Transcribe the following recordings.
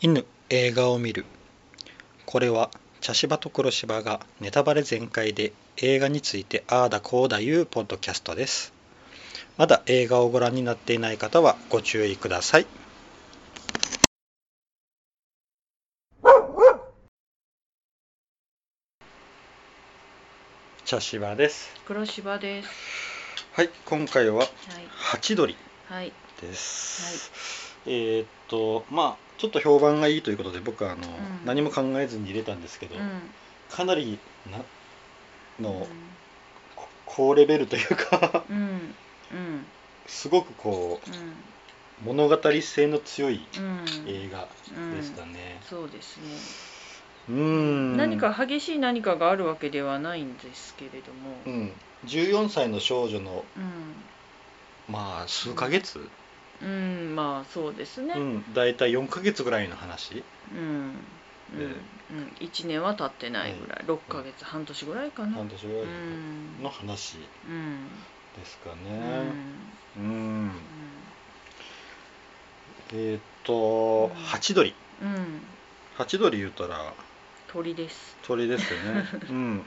犬映画を見るこれは茶芝と黒芝がネタバレ全開で映画についてああだこうだいうポッドキャストですまだ映画をご覧になっていない方はご注意ください茶芝です黒芝です。はい今回ははい。ハチドリはい。です、えーっとまあちょっと評判がいいということで僕はあの、ん何も考えずに入れたんですけど、うかなりなのん。、こ高レベルというか うん。うん。うん。すごくこううん。物語性の強いうん。映画うんでしたねそうですね。うーん何か激しい何かがあるわけではないんですけれども。ううん。ん14歳の少女のまあ数ヶ月、うん、まあ、そうですね。ううん。ん、大体4ヶ月ぐらいの話うん。でうん。一年は経ってないぐらい、六ヶ月、半年ぐらいかな。半うん。年ぐらいの話うん。ですかうねん。うんえーっとうんハチドリうん。ハチドリ言うたら鳥です。鳥ですよ ねうん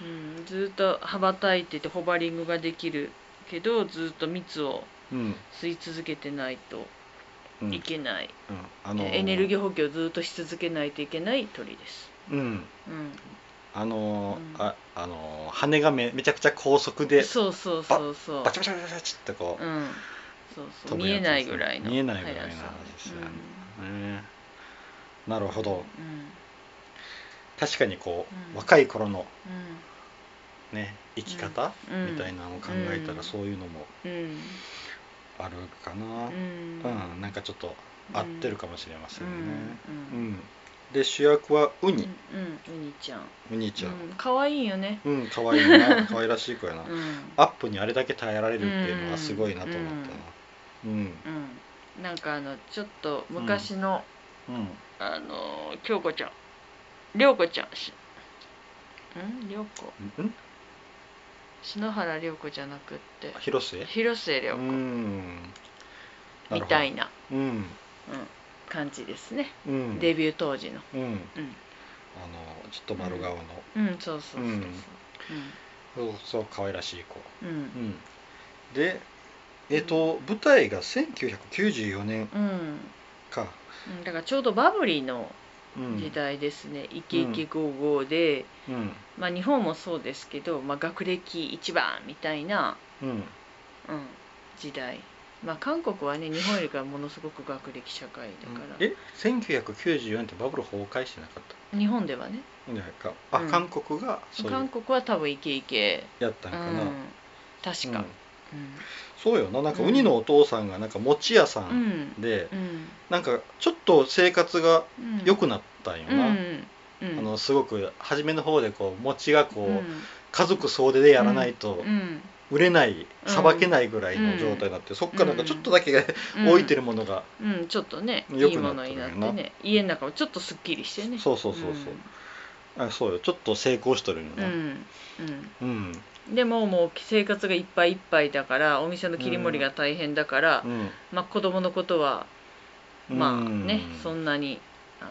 うん、ずっと羽ばたいててホバリングができるけどずっと蜜をうん、吸い続けてないとうんいけない、うんあのエネルギー補給をずっとし続けないといけない鳥です。うんうあのーうんああのー羽がめめちゃくちゃ高速ん、でそうそうそうそう。バチバチバチバチバチってこう、うん、そうそう飛ぶ見やつえないぐらいの見え速さないぐらいの話ですよねねなるほうんど確かにこう、うん若い頃のうね生き方、んうんみたいなのを考えたうらんそういうのもうんあるかなううんん、なんかちょっと合ってるかもしれませうんねうん、んで主役はウうんニ、うんウニちゃんウニちゃんうん、可愛いよね。うん可愛い な可愛らしい子やな、うんアップにあれだけ耐えられるっていうのはすごいなと思ったなうんうん、なんかあのちょっと昔の、うん、あの京子ちゃん涼子ちゃんしん涼子うん篠原涼子じゃなくって広末広末涼う子んみたいななるほどうん感じですね、うんデビュー当時のうんあのうん、ちょっと丸顔の、うん、そうそうそうそうそうそう可愛らしい子うんうんうんでえっ、と、舞台が1994年うん、か、うんだからちょうどバブリーのうん、時代ですね、イケイケゴーゴーで、うんまあ日本もそうですけど、まあ、学歴一番みたいなうんうん、時代まあ韓国はね日本よりからものすごく学歴社会だから、え1994年ってバブル崩壊してなかった日本ではねじゃないかあ、うん韓国がそうい韓う国は多分イケイケ、やったうんんかな、確うかんそうよななんかウニのお父さんがなんか餅屋さうんんで、うんなんかちょっと生活がうん良くなったんようんな、うんうんあのすごく初めの方でこう餅がこう、うん家族総出でやらないとうん売れないさば、けないぐらいの状態になって、そっからなんかちょっとだけ、うん置いてるものが、うんちょっとねい良いくなもったののよにななってね家の中もちょっとすっきりしてねそうそうそうそう、あそうよちょっと成功してるんようん、うな、うんんうんでももう生活がいっぱいいっぱいだからお店の切り盛りが大変だから、うんまあ子供のことはまあね、その、んなにあの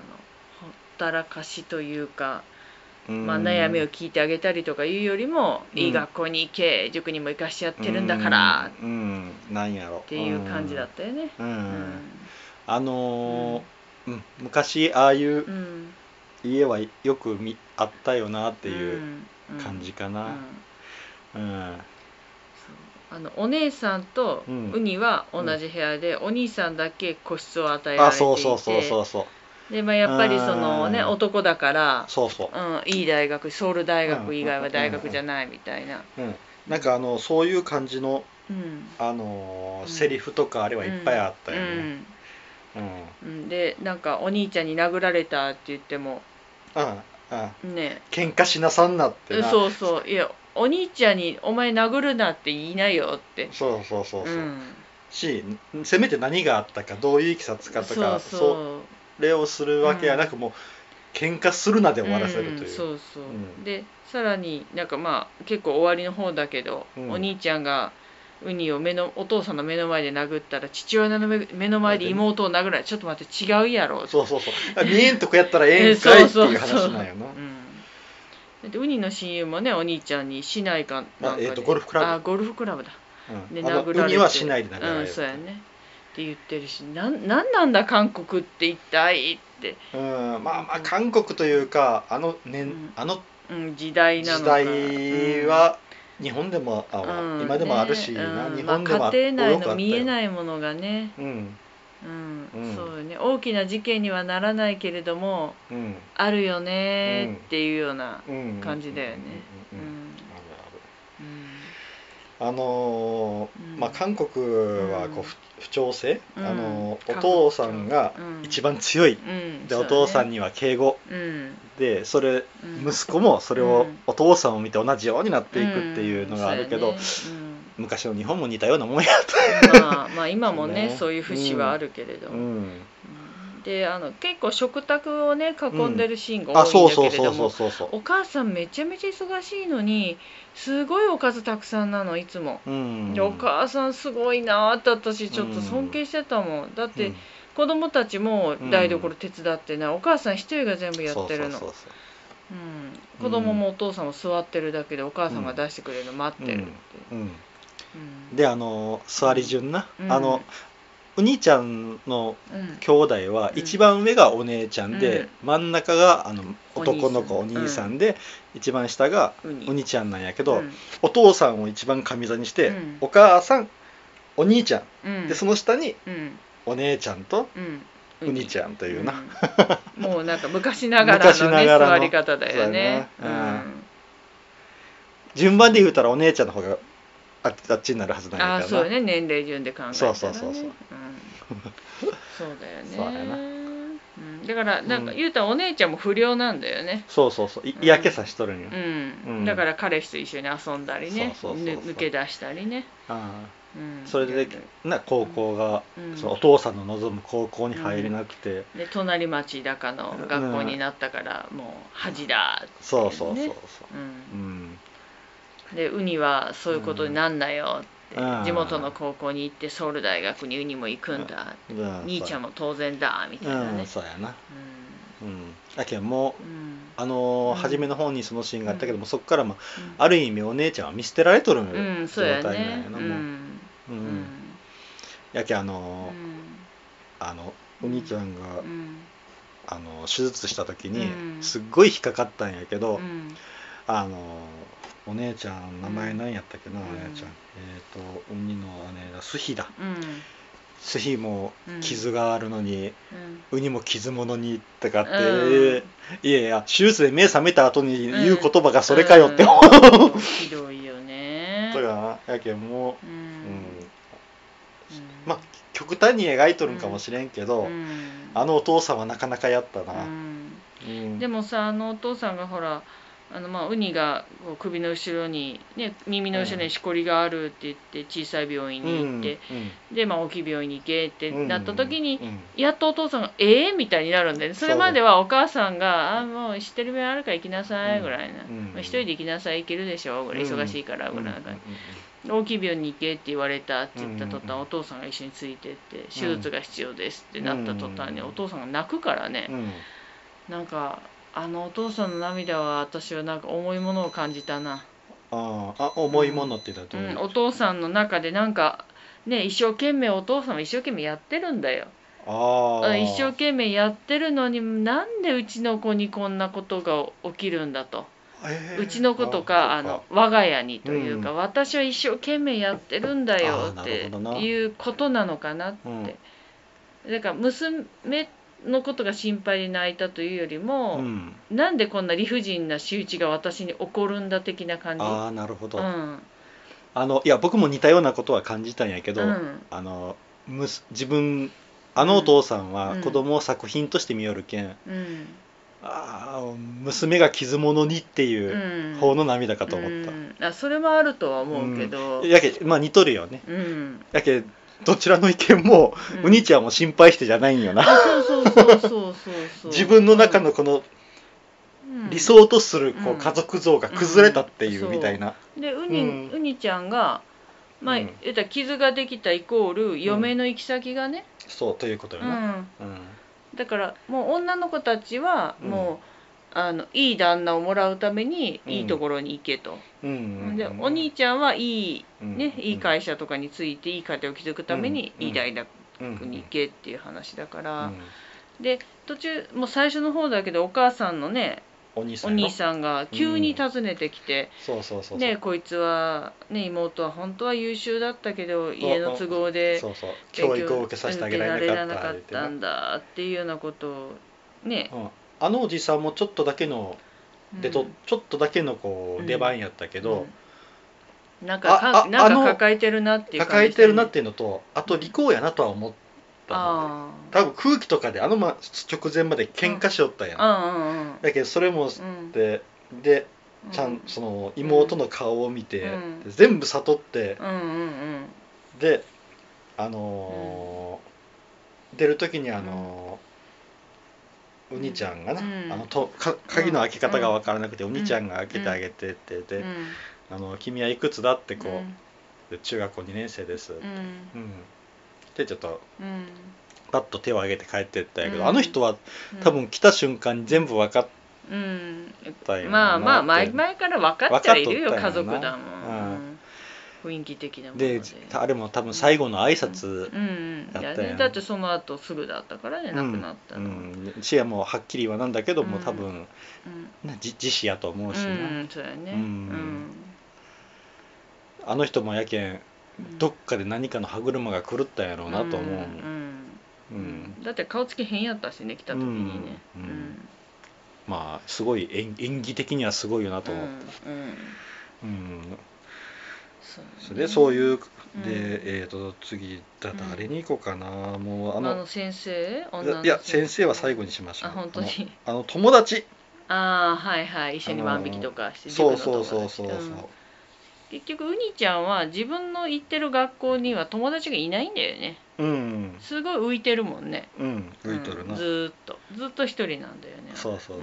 ほったらかしというか、まあ、悩みを聞いてあげたりとかいうよりも、うんいい学校に行け塾にも行かしてやってるんだからっうん、うんなんやろっていう感じだったよね。た、うんうんあのーうん昔ああいううん家はよくみあったよなっていううん感じかうんなうんそうあのお姉さんとうんウニは同じ部屋で、お兄さんだけ個室を与えらあれてそいうそうそうそうてそうで、まあ、やっぱりそのねうん男だから、そうそうん、いい大学ソウル大学以外は大学じゃないみたいな。う、うん、なんかあのそういう感じの、うんあのーうんセリフとかあれはいっぱいあったよねうん、うんうんでなんかお兄ちゃんに殴られたって言ってもああね喧嘩しなさんなってなそうそういやお兄ちゃんに「お前殴るな」って言いなよってそうそうそうそう、うんしせめて何があったかどういういきさつかとかそそうそうれをするわけやなく、もう喧嘩するなで終わらせるとんいう、そうそう、うんでさらになんかまあ結構終わりの方だけど、うんお兄ちゃんがウニを目のお父さんの目の前で殴ったら父親の目目の前で妹を殴られちょっと待って違うやろそうそうそうあ見えんとこやったらええんかいっていう話なんやなうん、でウニの親友もねお兄ちゃんに市内かなんかであえーとゴルフクラブあゴルフクラブだうんであの殴られてウニはしないで殴られる、うんそうやねって言ってるしなんなんなんだ韓国って一体って、うんまあまあ韓国というかあの年、うんあのうん、時代な時のか代は日本でもあ、うん今でもあるしねな、うん日本でもまああ、家庭内多くあったのよ見えないものがね、うんうんうんそうよね大きな事件にはならないけれどもうんあるよねっていうような、うん感じだよねううんんうんうんあるうんあるあのーうんまあ韓国はこううん不不調性、うんあのーお父さんが一番強い、うんでお父さんに、には敬語うんでそれうん息子もそれをうんお父さんを見て同じようになっていくっていうのがあるけど、うんそうやね昔の日本も似たようなもんやうんまあ、まあ今 もねねそういう節はあるけれどと、も、うん、であの結構食卓をね囲んでるシーンがあ多いそうんだそうけそれどうそうもそうそお母さんめちゃめちゃ忙しいのにすごいおかずたくさんなのいつも。う、うん、でお母さんすごいなーって私ちょっと尊敬してたもん、だって子供たちも台所手伝ってね、お母さん一人が全部やってるのそうそうそううん子供もお父さんも座ってるだけでお母さんが出してくれるの待ってるって、そう、うん、うんであの座り順な、うんあのお兄ちゃんのうん兄弟はうん一番上がお姉ちゃんで、うん真ん中があのお兄さん男の子お兄さんで、一番下がウニお兄ちゃんなんやけど、うんお父さんを一番上座にして、うんお母さんお兄ちゃん、うんでその下にうんお姉ちゃんとうんうにちゃんゃんというな、、うんもうなんか昔ながらの,、ね、昔ながらの座り方だよねそうやな順番で言うたらお姉ちゃんの方があっあっちになるはずなんやあからあなそうよね年齢順で考えたら、ね、そうそうそうそううん、そうだよねそうやなうん、だからなんか、うん言うたらお姉ちゃんも不良なんだよねそうそうそうい嫌気さしとるんよ、うん、うんだから彼氏と一緒に遊んだりねそうそうそうそうぬ抜け出したりね、あうんあ、それでな高校が、うんそのお父さんの望む高校に入れなくて、で隣町だかの学校になったから、もう恥だっていそうそうそうそうね、うんうんでウニはそういうことになんなよって、うん地元の高校に行ってソウル大学にウニも行くんだ、兄ちゃんもも当然だみたいなうねん、そうやな、ううん、だけどもうんうんあのーうん初めの方にそのシーンがあったけども、そこから、まうんあ、ある意味お姉ちゃんは見捨てられとる状うんそう態やなんねやうな、もうんううんんやけあうのー、んあのお兄ちゃんが、うんあの手術した時に、うんすっごい引っかかったんやけど、うんあのお姉ちゃん名前何やったっけな、うんお姉ちゃんえっ、と鬼の姉だスヒだうんスヒもうん傷があるのに、うんウニも傷物にとかって、うんいやいや手術で目覚めた後に言う言葉がそれかよってうん思ううんひどいよねとかなやけんもうう、うんんまあ極端に描いとるんかもしれんけど、うんあのお父さんはなかなかやったうな、んうんでもさあのお父さんがほらあのまあウニがこう首の後ろに、ね、耳の後ろにしこりがあるって言って小さい病院に行って、で、まあ、大きい病院に行けってうんうんなった時に、うんやっとお父さんが「ええみたいになるんだよねそれまではお母さんが「あもう知ってる病あるから行きなさい」ぐらいな「うんうんまあ一人で行きなさい行けるでしょ」ぐらいうん忙しいからぐらいな感じ大きい病院に行けって言われたって言った途端お父さんが一緒についてって手術が必要ですってなった途端にうんお父さんが泣くからねうんうんなんかあのお父さんの涙は私はなんか重いものを感じたな、あーあ重いものってだとう思う、ん、お父さんの中でなんかね一生懸命お父さんは一生懸命やってるんだよああ一生懸命やってるのになんでうちの子にこんなことが起きるんだとえーうちの子とかあそうの我が家にというか、うん私は一生懸命やってるんだよあーっなるてほどないうことなのかなって、だから娘のことが心配で泣いたというよりうも、ん、なんでこんな理不尽な仕打ちが私に起こるんだ的な感じああなるほど、うんあのいや僕も似たようなことは感じたんやけど、うんあのむす自分あのお父さんはうん子供を作品として見よるけん、うんああ娘が傷物にっていううん方の涙かと思った、うんあそれもあるとは思うけど、うんやけまあ似とるよね うんやけどちらの意見も、うにちゃんも心配してじゃないんよな、そうそうそうそうそうそう自分の中のこのうん理想とするこううん家族像が崩れたっていううんみたいな、でウニ、うんウニちゃんがまあ、うん言ったら傷ができたイコール嫁うんの行き先がね、そうということような、ん、うんだからもう女の子たちはうんもう、あのいい旦那をもらうためにうんいいところに行けと、うんうんでうんお兄ちゃんはいい、うんねいい会社とかについていい家庭を築くためにうんいい大学うんうんに行けっていう話だから、うんで途中もう最初の方だけどお母さんのねお兄さおんやろ兄さんが急に訪ねてきて、そうそうそうそうねこいつは、ね、妹は本当は優秀だったけど家の都合でそうそう教育を受けさせてあげられなかった受けられなかったんだっていうようなことをね、うんあのおじさんもちょっとだけのでと、ちょっとだけのこううん出番やったけけど、、うんなんかかああなんあのか抱えてるなっていう抱えてるなっていういうのとあと利口やなとは思ったのねあー多分空気とかであの、ま、直前まで喧嘩しよったやん、あだけどそれもうんうんうんででうんちゃんその妹の顔を見て、うんで全部悟ってうんうんうんであのー出る時にあのーうんうにちゃんがな、うんあのとか鍵の開け方が分からなくて、おにちゃんが開けてあげてってで、うんあの君はいくつだってこう、うんで中学校2年生です、うんうんでちょっとうんパッと手を挙げて帰ってったんやけど、うんあの人はうん多分来た瞬間に全部分かっうんたんやろうなってまあまあ前前から分かってはいるよ分か家っとったんや族なだもん、う雰囲気的なものでであれも多分最後の挨拶、うんうんやったやんいやねだってその後すぐだったからね亡くなったうの、ん視野もはっきりはなんだけども、うん多分うんなじ自死やと思うしな、うん、そうやね。うんあの人もやけんうんどっかで何かの歯車が狂ったんやろうなと思うもん、んううんんだって顔つき変やったしね、来た時にね。ううんん。うんまあすごい演演技的にはすごいよなとうん思う、うんうんそう。それでそういううで、えー、と次だうん誰に行こうかな、もうああのの先生、女のいや先生は最後にしましょうあ、本当に。あのあの友達ああ、はいはい、一緒に万引きとかして。そう自分そのう友そう達そうそう、ん結局、ウニちゃんは自分の行ってる学校には友達がいないんだよね。うんすごい浮いてるもんね。うん浮いとるな、うんずーっと、ずっと一人なんだよね。そうそうそう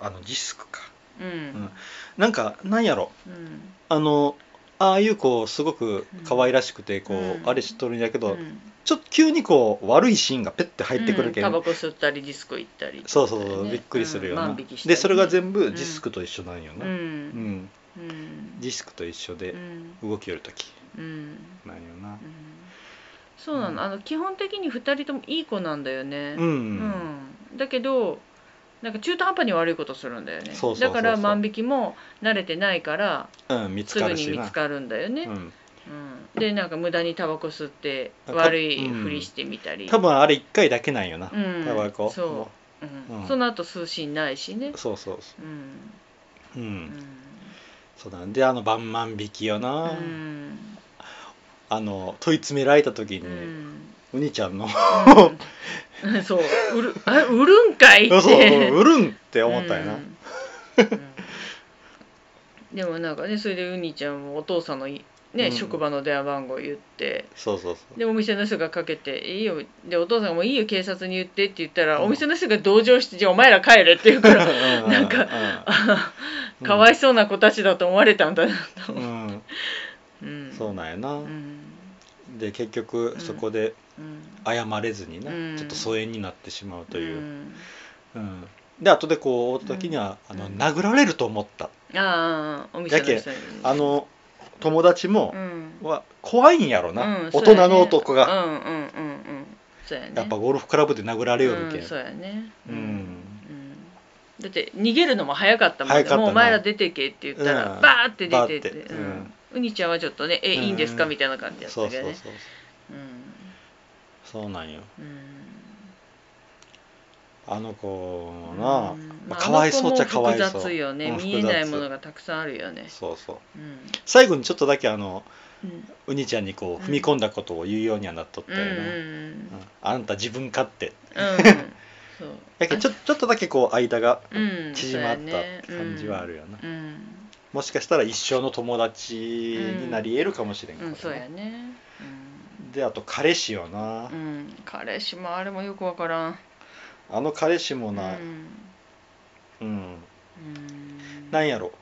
あのジスクかうん。うん。なんかなんやろうん。あのああいうこうすごく可愛らしくてこう、うんあれしとるんやけど、うんちょっと急にこう悪いシーンがペッて入ってくるけん、うんタバコ吸ったりディスコ行ったりそうそうそう、ねびっくりするよな、うん万引きしたりねでそれが全部ジスクと一緒なんような、うんんうんうんジスクと一緒うでん動きよる時うんなんよなそうなのあの基本的に2人ともいい子なんだよねうん、うんだけどなんか中途半端に悪いことするんだよねそうそうそうそうだから万引きも慣れてないからうん見つすかぐるにし見なつかるんだよね、ううんん、でなんか無駄にタバコ吸ってあた悪いふりしてみたり、うん、多分あれ1回だけなんよな、うんタバコそうもうんその後通信ないしねそうそうそうんう、うんうそうなんであの万万引きよな、んあの問い詰められた時に、ううんにちゃんのうんそう売るあ売るんかいっそうてそう売るんって思ったよな、うんうんでもなんかねそれでウニちゃんもお父さんのいうね、ん職場の電話番号言ってそうそうそうでお店の人がかけて「いいよ」でお父さんがもういいよ警察に言って」って言ったら、うんお店の人が同情して「じゃあお前ら帰れ」って言うからなんかうん かわいそうな子たちだと思われたんだなと、うん、うん、そうなんやな、うんで結局うんそこでうん謝れずにな、うんちょっと疎遠になってしまうという、んうんで後でこう追った時には、うあんのうん殴られると思ったああお店の人にねあの友達もう、んは怖いんやろな、うん大そうや人ねの男が、うんうんうんうんそうやねやっぱゴルフクラブで殴られよるけん、うん、そうやねうんうんだって逃げるのも早かったもん早かったなもうお前ら出てけって言ったら、うんバーって出てってバーってううんん、うにちゃんはちょっとねえ、うんいいんですかみたいな感じやっそたうそけうどそうねうんそうなんようんあの子な、うんまあ、かわいそうっちゃかわいあのそう子も複雑よね、うん見えない複雑ものがたくさんあるよねそうそううん最後にちょっとだけあのうんうにちゃんにこう踏み込んだことを言うようにはなっとったうんような、んうんあんた自分勝手うん うんそうやけんちょちょっとだけこう間がうん縮まったそうやね感じはあるよな、うんうんもしかしたら一生の友達になり得るかもしれんからうな、ん、そうやね、であと彼氏よな、うんうん、彼氏もあれもよくわからんあの彼氏もうな、んうんうんなんやろ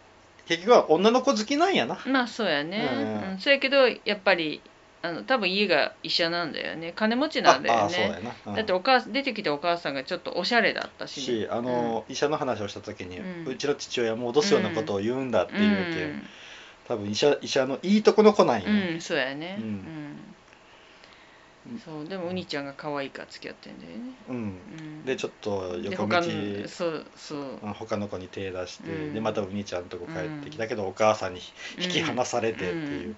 結局は女の子好きなんやなまあそうやね、うんうん、そやけどやっぱりあの多分家が医者なんだよね金持ちあなんだあよそうねやな、うんだってお母さん出てきたお母さんがちょっとおしゃれだったしね、しあの、医者の話をした時に、ううんちの父親も脅すようなことを言うんだってういうけ、ん多分医者医者のいいとこの子なんや、うん、そうやね、ううんんそうでもウニちゃんが可愛いから付き合ってんだよね、うんうん、でちょっとで横道他のそうそううん他の子に手出して、うんでまたお兄ちゃんのとこ帰ってきたけど、お母さんに引き離されてっていう、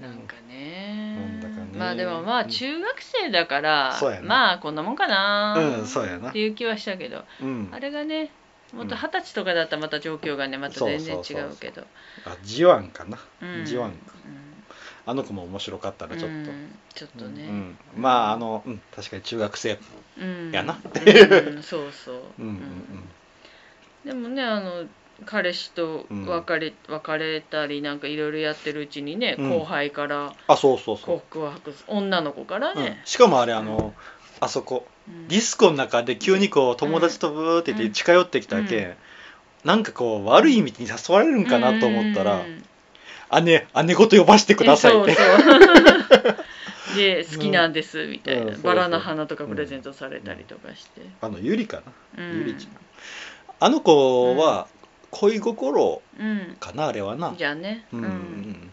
なんかねなんだかねまあでもまあうん中学生だから、そうやなまあこんなもんかなうんそうやなっていう気はしたけど、うんあれがねもっとうん二十歳とかだったらまた状況がねまた全然そ違うそうそううけどあジワンかな、うんジワンうんあの子も面白かったなちょっと、うんちょっとね、うん、まああの、うん、確かに中学生うんやな うんそうそう、うんうんでもねあの彼氏と別れ,、別れたりなんかいろいろやってるうちにねうん後輩からあそうそうそう、告白す、女の子からうんね、しかもあれあの、あそこうんディスコの中で急にこう友達とブーって言って近寄ってきたけ、、うんなんかこう悪い意味に誘われるんかなと思ったらうんうん「姉姉ごと呼ばしてください」ってえそう そうで好きなんですみたいうんな、そうそうバラの花とかプレゼントされたりとかして、あのゆりかな、うんゆりちゃんあの子は恋心うんかなあれはなじゃあね、うんううんん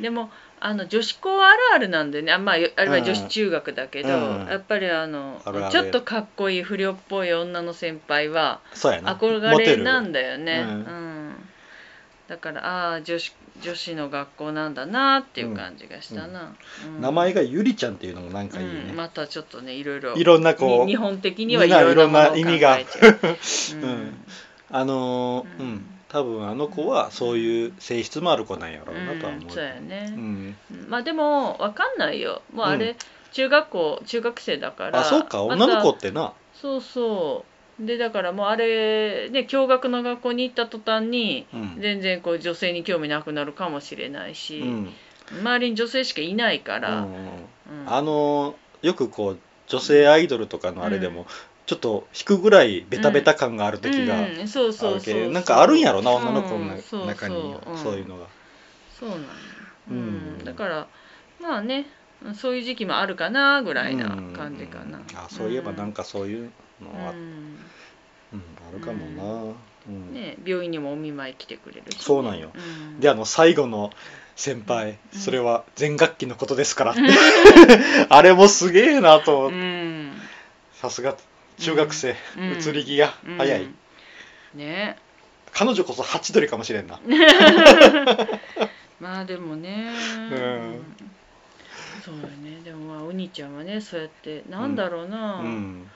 でもあの女子校あるあるなんでねあまあよあれうはん女子中学だけど、うんやっぱりあのあるあるちょっとかっこいい不良っぽい女の先輩はそうやな憧モテれるなんだよね、ううんんだからああ女子女子の学校なんだなっていう感じがしたな、うん名前がゆりちゃんっていうのもなんかいいね、うん、またちょっとねいろいろいろんなこにう日本的にはいろいろなものを考えちゃうろんな意あのーう、うんん多分あの子はそういう性質もある子なんやろうなとは思う、うんそうやね、うんまあでもわかんないよもうあれ、うん中学校中学生だからあそうかまた女の子ってなそうそうでだからもうあれね共学の学校に行った途端にうん全然こう女性に興味なくなるかもしれないうし、ん周りに女性しかいないかうら、んうんうんうんあのよくこう女性アイドルとかのあれでも、ちょっと引くぐらいベタベタ感がある時があるうん、そうけど、そうそうなんかあるんやろな女の子うのんそうそう中にはんそういうのが、そうなんよううんん、だからまあねうんそういう時期もあるかなぐらいな感じかな、うんあそういえばなんかそういうのうん、は、うんうんあるかもな、うんね、病院にもお見舞い来てくれるし、そうなんようんであの最後の先輩、うんそれは全学期のことですからって あれもすげえなと思うってん、さすが中学生、うん移り気が早い、うんね彼女こそハチドリかもしれんな、まあでもね、うんそうよねでもまあお兄ちゃんはねそうやってなんだろうな、うん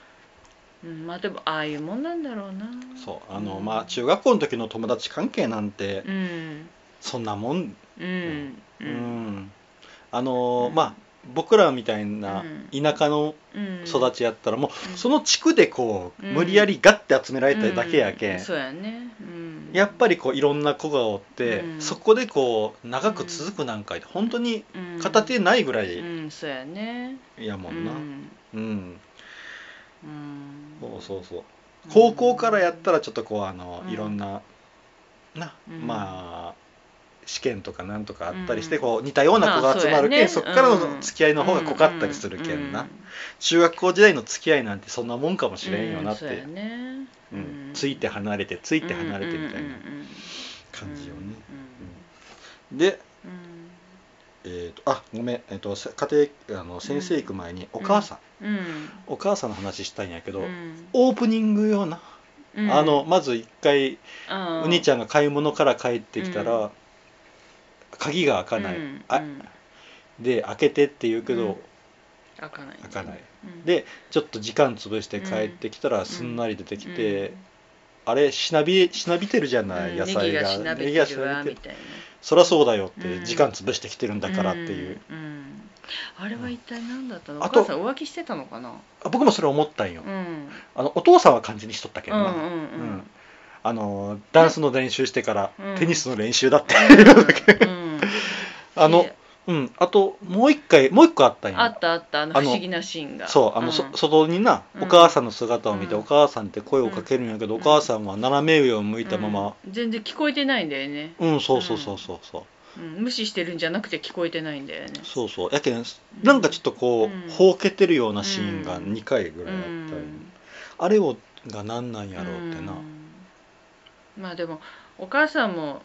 うんまあでもああいうもんなんだろうなそうあの、まあ中学校の時の友達関係なんてうんそんなもん、うんううんんあのーうんまあ僕らみたいな田舎のうん育ちやったらもううんその地区でこううん無理やりガッて集められただけやけうんん、そうやね、うん、やっぱりこういろんな子がおって、うんそこでこう長く続くなんかって本当に片手ないぐらういん、うん、そうやねやもんなううん、んうんそうそうそう高校からやったらちょっとこうあの、うんいろんなな、うんまあ試験とかなんとかあったりして、うんこう似たような子が集まるけん、まあそそうっやねからうのん付き合いの方が濃かったりするけんな、中学校時代の付き合いなんてそんなもんかもしれんよなって、うんうそうやんねうんついて離れてついて離れてみたいうんうなんうんうん感じよね、うでんうんえー、とあごめん、えー、とせ家庭あの先生行く前にお母さん、うんお母さんの話したいんやけど、うんオープニングような、うんあのまず一回あお兄ちゃゃんんが買い物から帰ってきたら、うん鍵が開かない、うんあうんで開けてって言うけど、うん開かない開かないうんでちょっと時間潰して帰ってきたらすんなり出てきて、うんあれしなびしなびてるじゃない、うん野菜がネギがしなびてるネギがわしなびてみるたいなそりゃそうだよって、うん時間潰してきてるんだからっていう、うんうんあれは一体何だったのあおと母さん浮気してたのかなあ僕もそれ思ったんよ、うんあのお父さんは感じにしとったけうどんな、うんううんんあのダンスの練習してからうんテニスの練習だって、うん あのうん、あともう一回もう一個あったんあやったあったあのあ不の思議なシーンがそうあの、んそ外になうんお母さんの姿を見て、うんお母さんって声をかけるんやけど、うんお母さんは斜め上を向いたままうん全然聞こえてないんだよね、うん、そうそうそうそうそううん、無視してるんじゃなくて聞こえてないんだよねそうそうやけんなんかちょっとこう、うんほうけてるようなシーンがうん2回ぐうらいあったよね、んあれをが何なんやろうってな、んまあでもお母さんも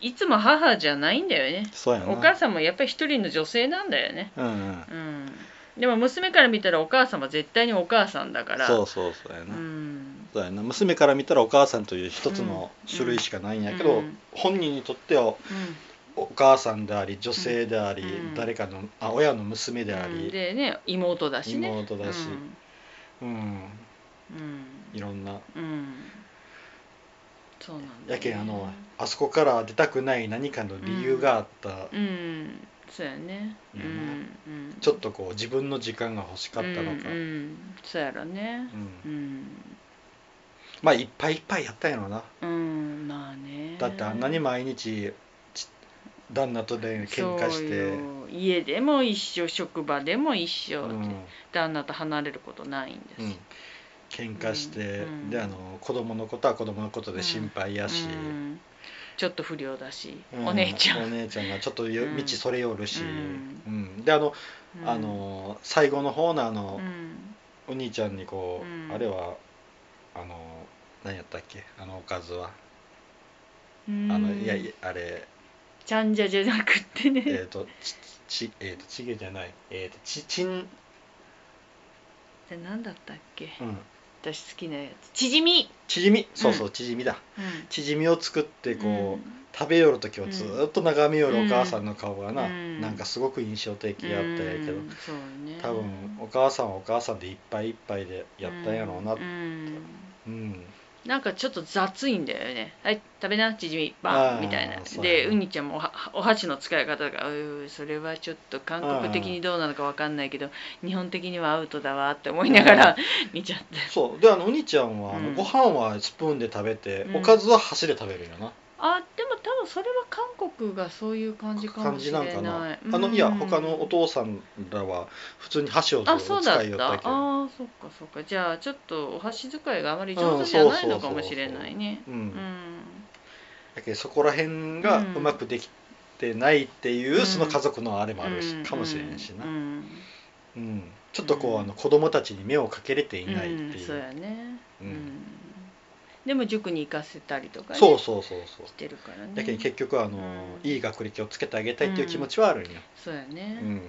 いつも母じゃないんだよねそうやなお母さんもやっぱり一人の女性なんだよねうんうんうんでも娘から見たらお母さんは絶対にお母さんだからそうそうそうやな、うんそうやな娘から見たらお母さんという一つの種類しかないんやけど、うん本人にとってはうんお母さんであり女性であり、うん誰かのあ親の娘であうんり、でね妹だしね妹だしうんうんいろんなうん、うんそうなんやだよね、けんあのあそこから出たくない何かの理由があった、うんそうやねううんん、うん、ちょっとこう自分の時間が欲しかったのか、うんうん、そうやろねうんうん、まあいっぱいいっぱいやったんやろなうん、まあねだってあんなに毎日ち旦那とね喧嘩してそうよ家でも一緒職場でも一緒、うってん旦那と離れることないんです、うん喧嘩して、うんであの子供のことは子供のことで心配やし、うんちょっと不良だし、うんお姉ちゃん、お姉ちゃんがちょっとようん道それよるし、ううんんであの,、うんあの最後の方のあのう、おん兄ちゃんにこう、うんあれはあの何やったっけあのおかずは、うんあのいやいやあれちゃんじゃじゃなくってね、えっ、とちちえっ、とちげじゃないえっ、とちちん、で何だったっけうん、私好きなやつチヂミ、ちじみそうそうちじみだうんちじみを作ってこう、うん食べよる時はずーっと眺めよるうんお母さんの顔がな、うんなんかすごく印象的やったんやけど、うんそうね多分お母さんはお母さんでいっぱいいっぱいでやったんやろうなうんうんうんなんかちょっと雑いんだよね「はい食べなチヂミバあン」ーみたいなそうやねでうにちゃんもおはお箸の使い方が「うーそれはちょっと韓国的にどうなのかわかんないけど日本的にはアウトだわ」って思いながら見ちゃってそうであのお兄ちゃんはあの、うんご飯はスプーンで食べて、うんおかずは箸で食べるよなあでも多分それは韓国がそういう感じか感もしじれななんいかな、うんあのいや他のお父さんらは普通に箸をあそうだ使っいよったたあけどあそっかそっかじゃあちょっとお箸使いがあまり上手じゃないのかもしれないねううんんだけどそこら辺がうんうまくできてないっていう、うんその家族のあれもあるし、うんかもしれんしな、ううんんちょっとこう、うんあの子供たちに目をかけれていないっていう,、んそうやね、うんでも塾に行かせたりとかねそうそうそうそうしてるからねだけど結局あの、うんいい学歴をつけてあげたいっていう気持ちはあるんよ、そうやねうん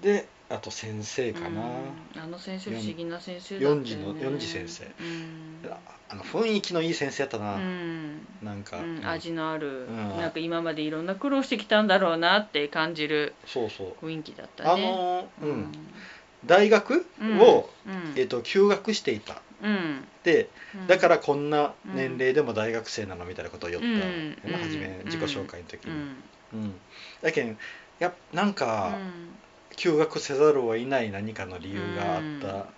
であと先生うんかな、うんあの先生不思議な先生だよっんたよねよんじのよんじ先生うんああの雰囲気のいい先生やったな、うんなんか、うんうん味のある、うんなんか今までいろんな苦労してきたんだろうなって感じるそうそう雰囲気だったあねのー、うん大学うんを、うんえっと休学していたうんでだかららこんな年齢でも大学生なのみたいなことを言った、うんまあ初うめん自己紹介の時うに、んうんだけんやっなんうかん休学せざるを得ない何かの理由があったうのんか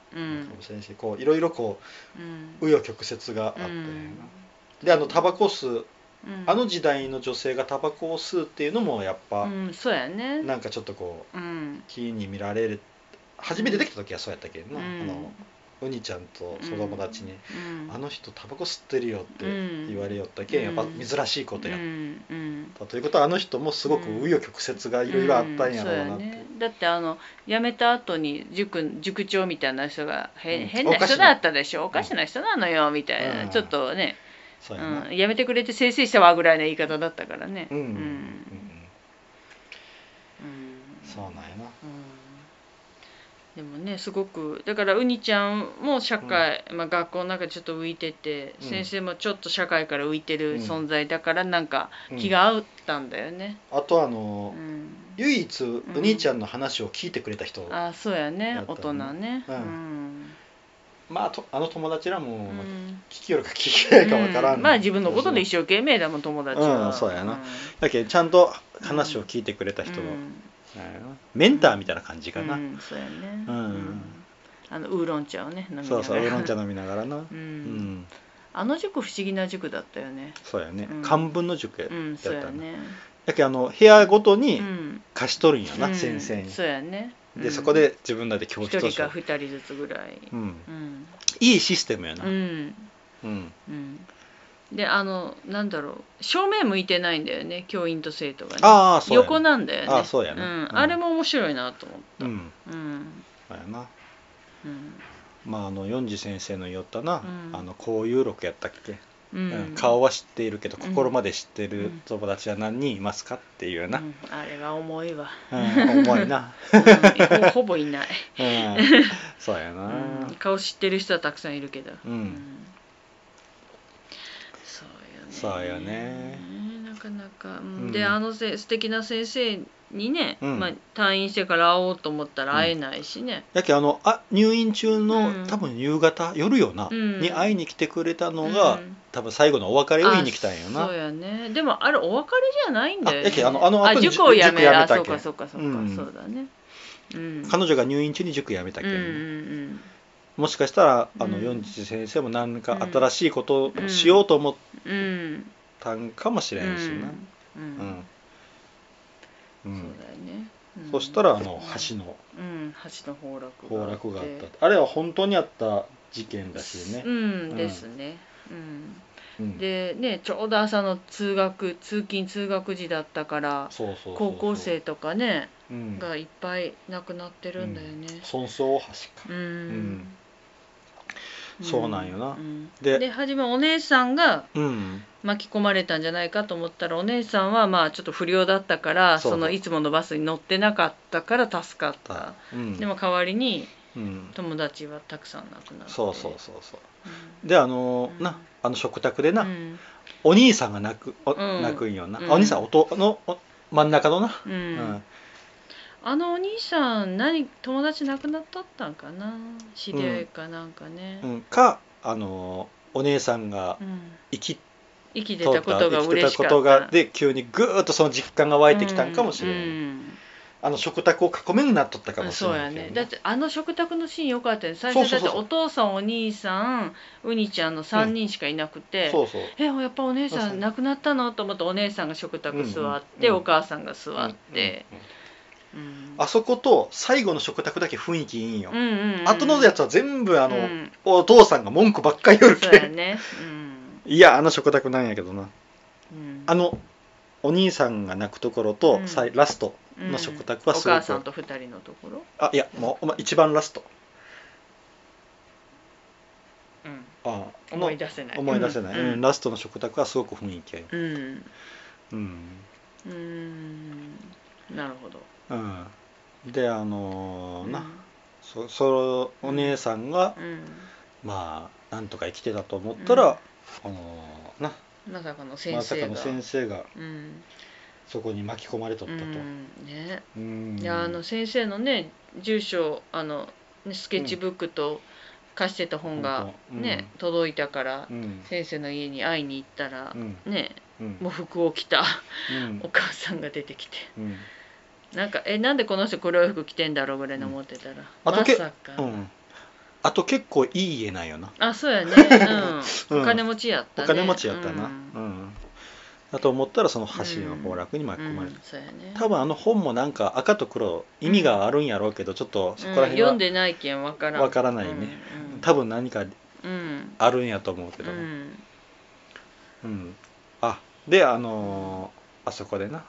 もしれんしこういろいろこうんう紆余曲折があったような、んであのタバコ吸ううんあの時代の女性がタバコを吸うっていうのもやっぱ、うん、そうやねなんかちょっとこううん木に見られる初めて出てきた時はそうやったけどな、うんあのウニちゃんと子供たちにうん「あの人タバコ吸ってるよ」って言われよったけ、うんん、やっぱ珍しいことやっうんうんた、ということはあの人もすごく紆余曲折がいろいろあったんやろうなって、んそうやね、だってあの辞めた後に塾塾長みたいな人がへ、うん変な人だったでしょおかしな人なのよみたいな、うんちょっとね、そううやな、うんん、辞めてくれてせいせいしたわぐらいの言い方だったからねうんうんううんんうんそうなんやなうんでもねすごくだからウニちゃんも社会、まあ、学校の中でちょっと浮いてて、うん先生もちょっと社会から浮いてる存在だからなんかうん気が合ったんだよね、あとあうの、ん唯一ウニちゃんの話を聞いてくれた人、あそうやねやった大ね人ね、うんんまあとあの友達らも、うん聞きよるか聞けないかわからん、うんまあ自分のことで一生懸命だもん友達は、うんそうやなだけどちゃんと話を聞いてくれた人うの、んなんやろなメンターみたいな感じかな、うんそうやね、うんあのウーロン茶をね飲みながらそうそうウーロン茶飲みながらな、う、うんん、あの塾不思議な塾だったよねそうやね、うん漢文の塾やっうんたそうなやねやけんあの部屋ごとうにん貸しとるんやな、うん先生に、そうやねうでんそこで自分らで教一室人をしかよ、二人ずつぐらいううん、うんいいシステムやな、ううんんうんうんであのなんだろう正面向いてないんだよね教員と生徒がねああそうやな横なんだよねあそうやねんうんあれも面白いなと思っうんたうんそうやなうんまああの四次先生の言ったな、うんあの交友録やったっけ、ううんん顔は知っているけどうん心まで知ってる友達は何人いますかっていうようなう、んあれは重いわうん重い な、うんほほぼ いないうん、そうやな、うん顔知ってる人はたくさんいるけどうんそうよねそうよねなかなか、うんうんであのせ素敵な先生にね、うんまあ、退院してから会おうと思ったら会えないしね、やけんあのあ入院中の、うん多分夕方夜よな、うんに会いに来てくれたのが、うん多分最後のお別れを言いに来たんよあなそうやねでもあれお別れじゃないんだよあねやけあのあの後に塾をやめ塾やらめたそけうかそうかそうか、うんそうだねうん彼女が入院中に塾辞めたうけんん、うんうんもしかしたらあのうん四次先生も何か新しいことをしようと思っうんたんかもしれんしな、ううんんうんそうだよね、うんそしたらあの橋のうん、橋の崩落崩落があったあれは本当にあった事件だしねう、うんんですね、うんうんでねちょうど朝の通学通勤通学時だったからそうそうそうそう高校生とかねうんがいっぱい亡くなってるんだよね損傷橋か、うん、んそうなんよなうんでではじめお姉さんがうん、巻き込まれたんじゃないかと思ったらお姉さんはまあちょっと不良だったからそそうそうのいつものバスに乗ってなかったから助かった、うん、でも代わりにうん、友達はたくさん亡くなってそうそうそうそううであのーうんなあの食卓でんな、うんお兄さんが泣くお、うん泣くんよな、うんお兄さんおとのお真ん中のな、うんうんあのお兄さん何友達亡くなったったんかな知り合いかなんかね、うん、かあのーお姉さんがうん生き生きてとったこと生がきて嬉たしかこったとがで急にぐーっとその実感が湧いてきたんかもしれない、うんあの食卓を囲めになっとったかうもんしれそうなやいけどねねだってあの食卓のシーンよかったよね最そう初そだうっそてうそうお父さんお兄さんウニちゃんの3人しかいなくて、そうそうえやっぱお姉そうさそうん亡くなったのと思ってお姉さんが食卓座って、うんうんお母さんが座って、うんうんうんうんあそこと最後の食卓だけ雰囲気いいんよ、うんうんうん後のやつは全部ああの、お父さんが文句ばっかり言うそけうやんねいやあの食卓なんやけどなうん、うん あのお兄さんが泣くところと、うんさいラストうんの食卓はすおご母さんくと二人のところ、あいやもうお前一番ラストうん、あの思い出せない思い出せない、うんうんラストの食卓はすごく雰囲気がいいうんうん、うんなるほどうん、であのーな、うんそそのお姉さんが、うんまあなんとか生きてたと思ったら、あのーなまさかの先まさ生かが、の先生がうんそこに巻き込まれとっうたと、んねうんいやあの先生のね住所あのねスケッチブックと貸してた本がうんね、届いたから、うん先生の家に会いに行ったらう、んねうんもう服を着たうんお母さんが出てきてうんなんかえなんでこの人黒い服着てんだろうぐらいの思ってたら、あとまけさか、うんあと結構いい家なんよな、あそうやね、うん、うんお金持ちやったおね金持ちやったな、ううんんだと思ったらその橋の崩落に巻き込まれた、うんそうやね多分あの本もなんか赤と黒意味があるんやろうけどちょっとそこら辺は、うん、読んでないけんわからんわからないねうん多分何かうんうんあるんやと思うけうど、うんんあであのーあそこでな、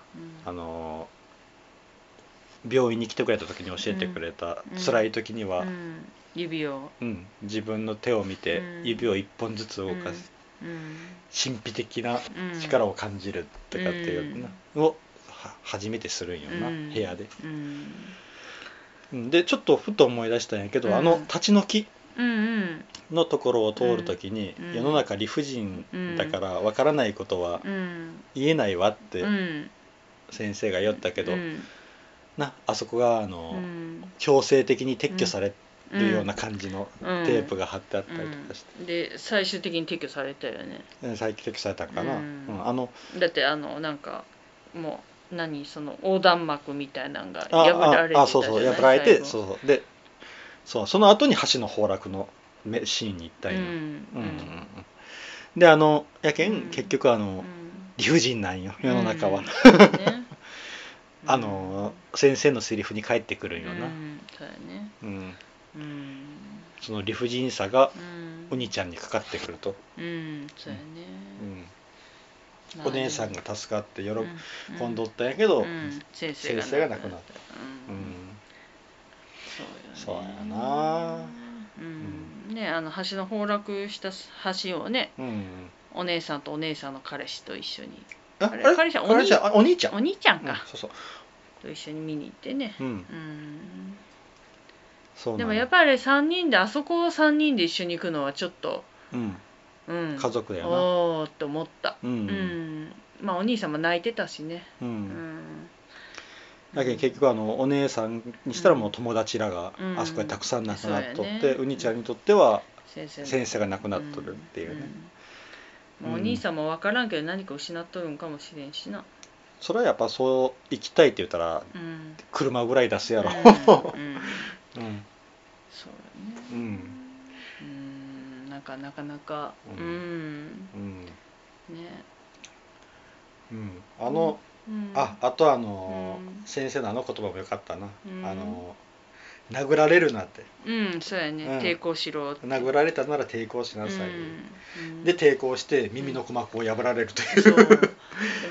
うんあのー病院に来てくれた時に教えてくれた、うん辛い時には、ううんん指を、自分の手を見てうん指を一本ずつ動かす、うん神秘的なうん、力を、を感じるとかっていうな、をは初めてするんよな、うん部屋で。うん、うんでちょっとふと思い出したんやけど、うんあの立ち退きうんうんのところを通るときに、うん世の中理不尽だからわからないことはうん言えないわっうてん先生が言ったけど、うんなあそこがあの、うん強制的に撤去されるような感じのうんテープが貼ってあったりとかして、うんで最終的に撤去されたよねうん再帰撤去されたんかな、ううんんあのだってあのなんかもう何その横断幕みたいなのがあ破られてあたあそうそうじゃな破いられて最後そうそうでそうその後に橋の崩落のめシーンに行ったうんんや、ううんうんうんんであのやけん、うん結局あの、うん理不尽なんよ世の中は、うんそうだね あの先生のセリフに返ってくるんよな、ううんんそうやねうんその理不尽さがうんお兄ちゃんにかかってくると、うんそうやね、うんまあお姉さんが助かって喜うんんどったんやけど、ううんん先先生が亡くなったうんそそううよねやなうんねあの橋の崩落した橋をねうんお姉さんとお姉さんの彼氏と一緒にああれあれ彼氏はお兄彼氏はあお兄ちゃんお兄ちゃんうんか、そうそうと一緒に見に行ってねうんうんそうなんでもやっぱり3人であそこを3人で一緒に行くのはちょっと、うんうん、家族だよなおおーっと思ったううん、んまあお兄様泣いてたしねううんんだけど結局あのお姉さんにしたらもう友達らがうんあそこでたくさん亡くなっとっそうやてねうにちゃんにとっては先生の先生が亡くなっとるっていうねうんうんもうお兄さんも分からんけど何か失っとるんかもしれんしな、それはやっぱそう行きたいって言ったらうん、車ぐらい出すやろうんううんんそううだねんうんなんかなかなかうう、んうんねうんあのうんああとあのうん先生のあの言葉もよかったなうんあの殴られるなってうんそうやね、うん抵抗しろって殴られたなら抵抗しなさいうんで抵抗して耳の鼓膜を破られるというそう で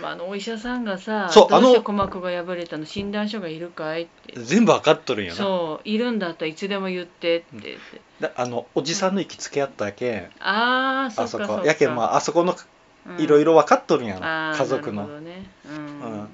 もあのお医者さんがさそうどうしあての鼓膜が破れたの診断書がいるかいって全部わかっとるんよなそういるんだったらいつでも言ってって言って、だあのおじさんの息つけ合ったけんああそあっそかそっこかやけんまああそこのうんいろいろ分かっとるんやあなー家族のなるほどね、うんうん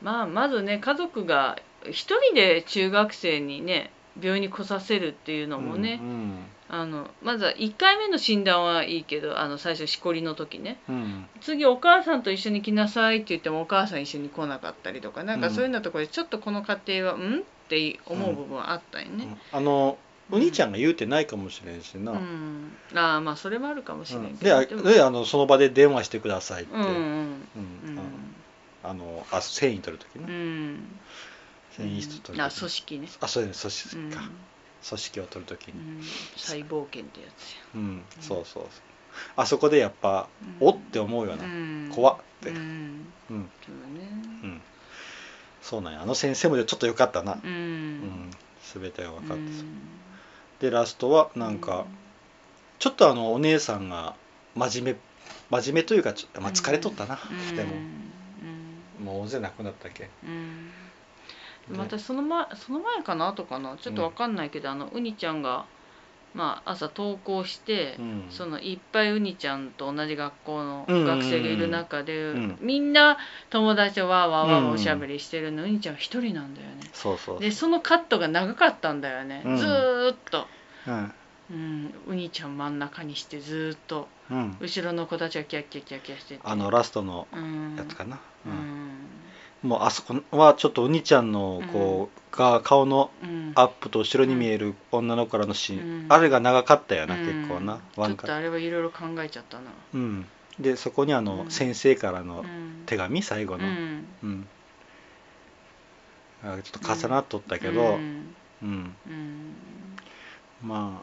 まあまずね家族が一人で中学生にね病院に来させるっていうのもね、うんあのまずは1回目の診断はいいけどあの最初しこりの時ねうん次お母さんと一緒に来なさいって言ってもお母さん一緒に来なかったりとかなんかうんそういうようなところでちょっとこの家庭はうんって思う部分はあったようね。んあのお兄ちゃんが言うてないかもしれんしうな、うんん、ああまあそれもあるかもしれんけでど、あでもであのその場で電話してくださいって、うんうんうんうんあのあ繊維取るときね、うん繊維質取るあ時組織ね、あそうですね組うん織か、組織を取るときうにん、細胞圏ってやつやうん、そうそうそうあそこでやっぱ、うんおって思うよなうん怖っってうんうん、うんそうだねそうなんやあの先生もちょっと良かったな、ううんん全てが分かって、うんでラストはなんか、ちょっとあのお姉さんが真面目真面目というかちょ、まあ、疲れとったな、うんでうもんもう大勢亡くなったっけうんねまたその前その前かな後かなちょっとわかんないけど、あのウニちゃんが、まあ、朝登校して、うんそのいっぱいウニちゃんと同じ学校のうんうんうん学生がいる中で、うんみんな友達とわーわーわーわうーんおしゃべりしてるの、ウニちゃんは一人なんだよねそうそうでそのカットが長かったんだよね、うんずーっと、うんうん、ウニちゃん真ん中にしてずーっとうん後ろの子たちはキャッキャッキャッキャしててあのラストのうんやつかな、ううんんもうあそこはちょっとお兄ちゃんのこう、が顔のうんアップと後ろに見える女の子からのシーン、うんあれが長かったよな、うん結構なワちょンっカとッあれはいろいろ考えちゃったな、ト、うん、でそこにあうのん先生からうのん、手紙最後うの、うんんあちょっと重なっとったけど、うんうん、うんまあ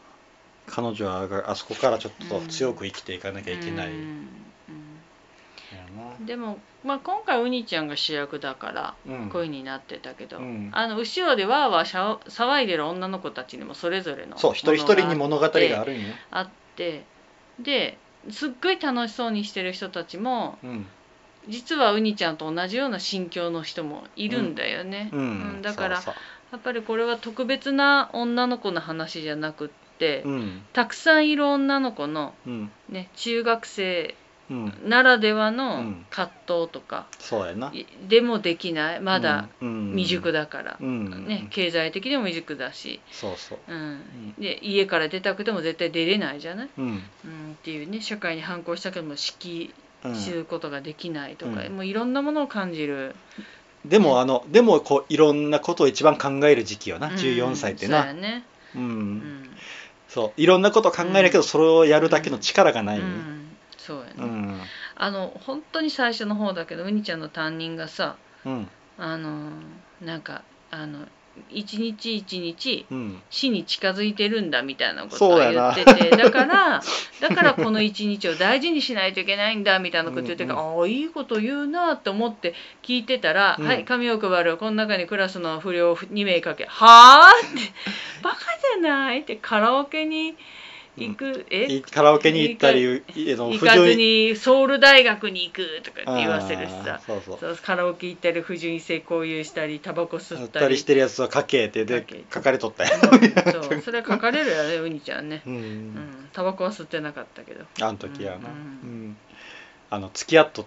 彼女はあそこからちょっと強く生きていかなきゃいけない、うんやなうんでも、まあ、今回ウニちゃんが主役だからうん恋になってたけど、うんあの後ろでわーわーしゃ騒いでる女の子たちにもそれぞれのそう一人一人にものが物語があるんよ、あってですっごい楽しそうにしてる人たちもうん実はウニちゃんと同じような心境の人もいるんだよね、うんうんだからそうやっぱりこれは特別な女の子の話じゃなくって、そううんたくさんいる女の子の、うんね、中学生うんならではうのん葛藤とか、そうやないでもできないまだ未未熟だだからう、んね、経済的にも未熟だし、そうそううん、で家から出たくても絶対出れないじゃない、うんうん、っていうね社会に反抗したけども指うん揮することができないとか、うんもういろんなものを感じる、でもあのでもこういろんなことを一番考える時期よなうん14歳ってそうやなね、うん、うんそういろんなことを考えるけど、うんそれをやるだけの力がなういよねん、そうやね、うんあの本当に最初の方だけどウニちゃんの担任がさうんあのーなんかあの一日一日うん死に近づいてるんだみたいなことそをうや言なっててだから だからこの一日を大事にしないといけないんだみたいなこと言ってうて、んああいいこと言うなと思って聞いてたら「うんはい紙を配るこの中にクラスの不良2名かけはあ?」って 「バカじゃない?」ってカラオケに行く、えいカラオケに行ったりいあの行不か純ずにソウル大学に行くとかって言わせるしあーさそうそうそうカラオケ行ったり不純性交友したりタバコ吸吸っったたりりしてるやつは書けってで書け書かれと ったよ、そうそれは書かれるよねウニちゃんねうんうんタバコは吸ってなかったけどあの時やな、うんうんあの付き合っと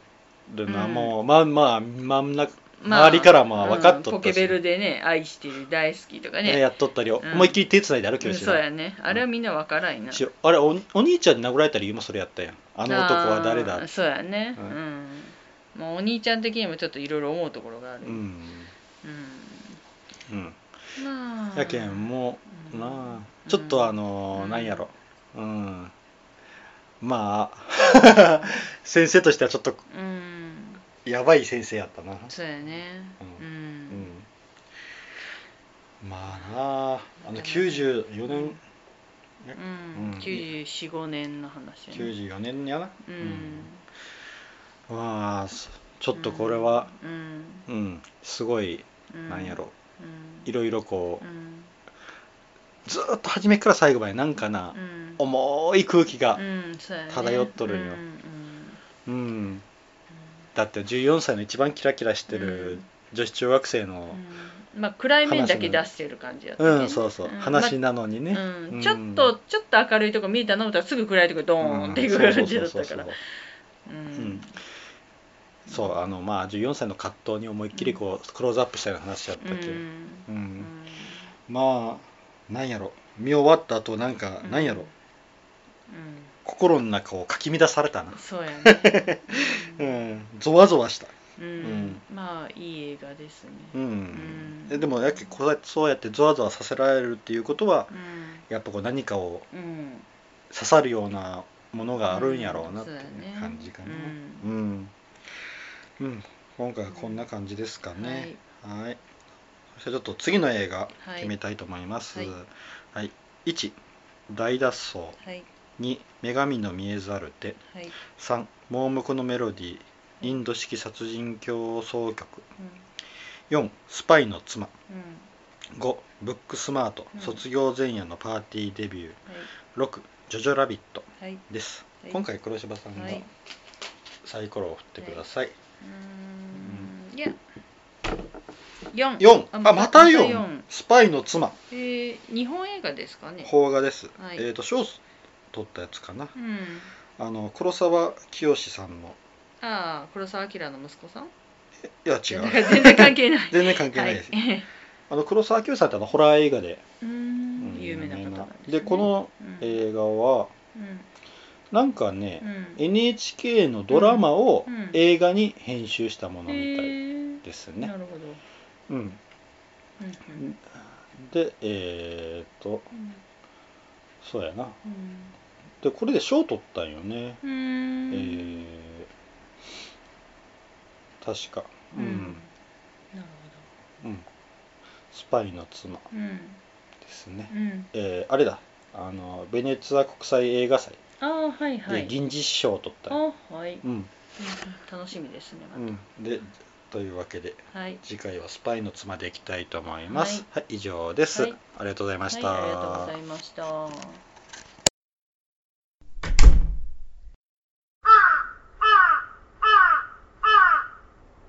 るのはもう、まあまあ真ん中まあ周りからまあ分かっとったしうんポケベルでね愛してる大好きとかねねやっとったり、ん思いっきり手繋いで歩きうよんしそうなやねあれはみんな分からんなしあれおお兄ちゃんに殴られた理由もそれやったやんあの男は誰だあーそうやねううんんまあお兄ちゃん的にもちょっといろいろ思うところがあるううんんうんまあやけんもううんなあちょっとあのうんなんやろうんまあ 先生としてはちょっとうんやばい先生やったなそうやねうううんんまあなああの94年ううんん945年の話やね94年やなううんんまあそちょっとこれはうんうんすごいなんやろうんいろいろこううんずーっと初めから最後までなんかなうん重い空気がうんそうやね漂っとるんようんうんうんだって14歳の一番キラキラしてうるん女子中学生のうんまあ暗い面だけ出してる感じやったうねん、そうそう、話なのにね、うんちょっとちょっと明るいとこ見えたのらすぐ暗いとこドーンっていう感じだったからそうううんんそうあのまあ14歳の葛藤に思いっきりこうクローズアップしたような話だったうんけど、ううんんまあなんやろ見終わった後なんか、うんなんやろうん心の中をかき乱されたなそう やねうんゾワゾワしたうんんまあいい映画ですねうん、うんでもやけこうやってそうやってゾワゾワさせられるっていうことはうんやっぱこう何かをうん刺さるようなものがあるんやろうなっていう感じかなうんうそん、うん、今回はこんな感じですかはねいはいそしてちょっと次の映画はい決めたいと思いますははいい、 1大脱走はい2女神の見えざる手はい3盲目のメロディーインド式殺人競争曲4スパイの妻うんうん5ブックスマートうん卒業前夜のパーティーデビュー6ジョジョラビットはいはいです、はい今回黒柴さんがはいサイコロを振ってください、うーんいや四4あまた四4スパイの妻えー日本映画ですかね邦画です、はいえっ、と賞取ったやつかなうんあの黒沢清さんのああ黒澤明の息子さんいや違だ かうら全然関係ない全然関係ないです、はいあの黒沢清さんってあのホラー映画で、うーうんん有名な方なんすねでこのうん映画はうんなんかね、うん NHK のドラマをうんうん映画に編集したものみたいへですえなね、るほどうんうんうんでえっ、とうんそうやなうんでこれで賞取ったんよね、うーんえー、確か、ううんんなるうん、スパイの妻ほどうんですね、うんえーあれだあのベネツィア国際映画祭ああはいはでい銀獅子賞を取った、あはいうん楽しみですねまうたん、でというわけではい次回はスパイの妻でいきたいと思います、ははい以上です、はいありがとうございました、はい、ありがとうございました。